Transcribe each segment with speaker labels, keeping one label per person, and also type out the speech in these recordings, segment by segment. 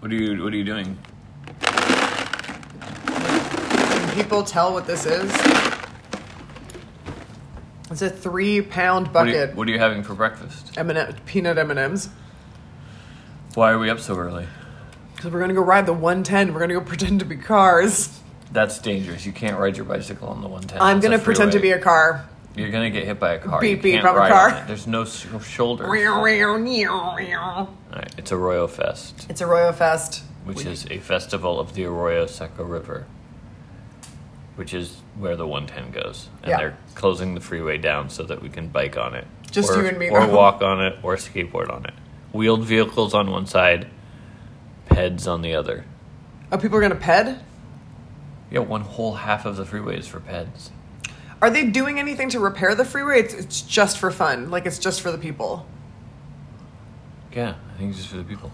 Speaker 1: What are you What are you doing?
Speaker 2: Can people tell what this is? It's a three-pound
Speaker 1: What are, you,
Speaker 2: bucket.
Speaker 1: what are you having for breakfast?
Speaker 2: M&M, peanut M and M's.
Speaker 1: Why are we up so early?
Speaker 2: Because we're gonna go ride the 110. We're gonna go pretend to be cars.
Speaker 1: That's dangerous. You can't ride your bicycle on the 110.
Speaker 2: I'm
Speaker 1: It's a
Speaker 2: gonna pretend to be
Speaker 1: freeway.
Speaker 2: a car.
Speaker 1: You're gonna get hit by a car.
Speaker 2: Beep,
Speaker 1: you
Speaker 2: beep,
Speaker 1: can't
Speaker 2: I'm a
Speaker 1: ride
Speaker 2: car.
Speaker 1: on it. There's no s- shoulder.
Speaker 2: It's
Speaker 1: Alright, it's Arroyo Fest,
Speaker 2: Arroyo Fest.
Speaker 1: which is a festival of the Arroyo Seco River, which is where the 110 goes. And
Speaker 2: Yeah.
Speaker 1: they're closing the freeway down so that we can bike on it.
Speaker 2: Just
Speaker 1: or,
Speaker 2: you and me
Speaker 1: Or
Speaker 2: go.
Speaker 1: walk on it or skateboard on it. Wheeled vehicles on one side, peds on the other.
Speaker 2: Oh, people are gonna ped.
Speaker 1: Yeah, one whole half of the freeway is for peds.
Speaker 2: Are they doing anything to repair the freeway? It's, it's just for fun. Like it's just for the people.
Speaker 1: Yeah, I think it's just for the people.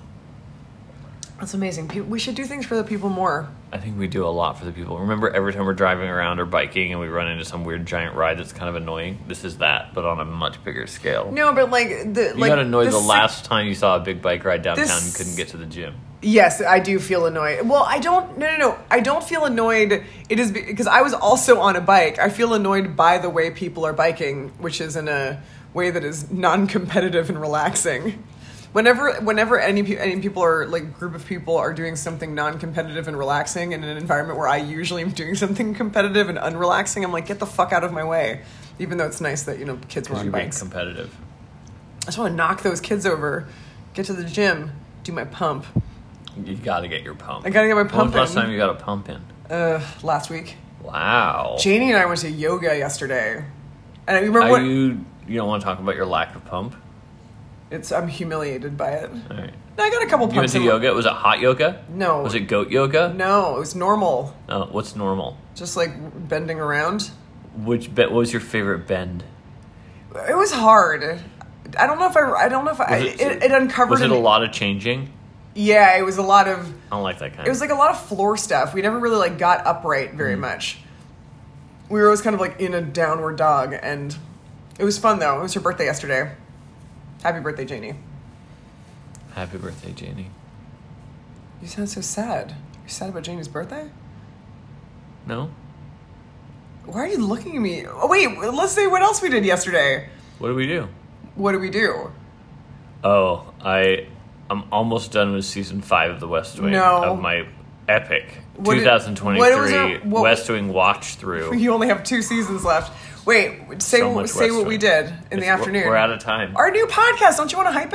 Speaker 2: That's amazing. Pe- We should do things for the people more.
Speaker 1: I think we do a lot for the people. Remember, every time we're driving around or biking and we run into some weird giant ride that's kind of annoying, this is that, but on a much bigger scale.
Speaker 2: No, but like the
Speaker 1: you
Speaker 2: like
Speaker 1: got annoyed the,
Speaker 2: si-
Speaker 1: last time you saw a big bike ride downtown and
Speaker 2: This-
Speaker 1: couldn't get to the gym.
Speaker 2: Yes, I do feel annoyed. Well, I don't. No, no, no. I don't feel annoyed. It is because I was also on a bike. I feel annoyed by the way people are biking, which is in a way that is non-competitive and relaxing. Whenever, whenever any pe- any people are like group of people are doing something non-competitive and relaxing in an environment where I usually am doing something competitive and unrelaxing, I'm like, get the fuck out of my way. Even though it's nice that you know kids were
Speaker 1: Because
Speaker 2: on
Speaker 1: you're being
Speaker 2: bikes.
Speaker 1: competitive.
Speaker 2: I just want to knock those kids over, get to the gym, do my pump.
Speaker 1: You got to get your pump.
Speaker 2: I gotta get my
Speaker 1: When was
Speaker 2: pump
Speaker 1: the last
Speaker 2: in.
Speaker 1: time you got a pump in?
Speaker 2: Uh, last week.
Speaker 1: Wow.
Speaker 2: Janie and I went to yoga yesterday, and I remember
Speaker 1: Are
Speaker 2: what
Speaker 1: you, you don't want to talk about your lack of pump?
Speaker 2: it's. I'm humiliated by it.
Speaker 1: All right.
Speaker 2: No, I got a couple
Speaker 1: You went
Speaker 2: pumps.
Speaker 1: to
Speaker 2: in-
Speaker 1: yoga? Was it hot yoga?
Speaker 2: No.
Speaker 1: Was it goat yoga?
Speaker 2: No, it was normal.
Speaker 1: Uh, what's normal?
Speaker 2: Just like bending around.
Speaker 1: Which be- What was your favorite bend?
Speaker 2: It was hard. I don't know if I. I don't know if I. It, it, uncovered.
Speaker 1: Was it
Speaker 2: in
Speaker 1: a
Speaker 2: me-
Speaker 1: lot of changing?
Speaker 2: Yeah, it was a lot of.
Speaker 1: I don't like that kind.
Speaker 2: It was like a lot of floor stuff. We never really like got upright very
Speaker 1: Mm.
Speaker 2: much. We were always kind of like in a downward dog, and it was fun though. It was her birthday yesterday. Happy birthday, Janie.
Speaker 1: Happy birthday, Janie.
Speaker 2: You sound so sad. You're sad about Janie's birthday?
Speaker 1: No?
Speaker 2: Why are you looking at me? Oh, wait, let's say what else we did yesterday.
Speaker 1: What do we do?
Speaker 2: What did we do?
Speaker 1: Oh, I I'm almost done with season five of the West Wing
Speaker 2: No.
Speaker 1: of my epic
Speaker 2: What did-
Speaker 1: 2023
Speaker 2: what was our- what-
Speaker 1: West Wing watch through.
Speaker 2: You only have two seasons left. Wait, say
Speaker 1: So
Speaker 2: what,
Speaker 1: much
Speaker 2: say
Speaker 1: West
Speaker 2: what we
Speaker 1: Wing.
Speaker 2: did in
Speaker 1: It's-
Speaker 2: the
Speaker 1: we're-
Speaker 2: afternoon.
Speaker 1: We're out of time.
Speaker 2: Our new podcast. Don't you want to hype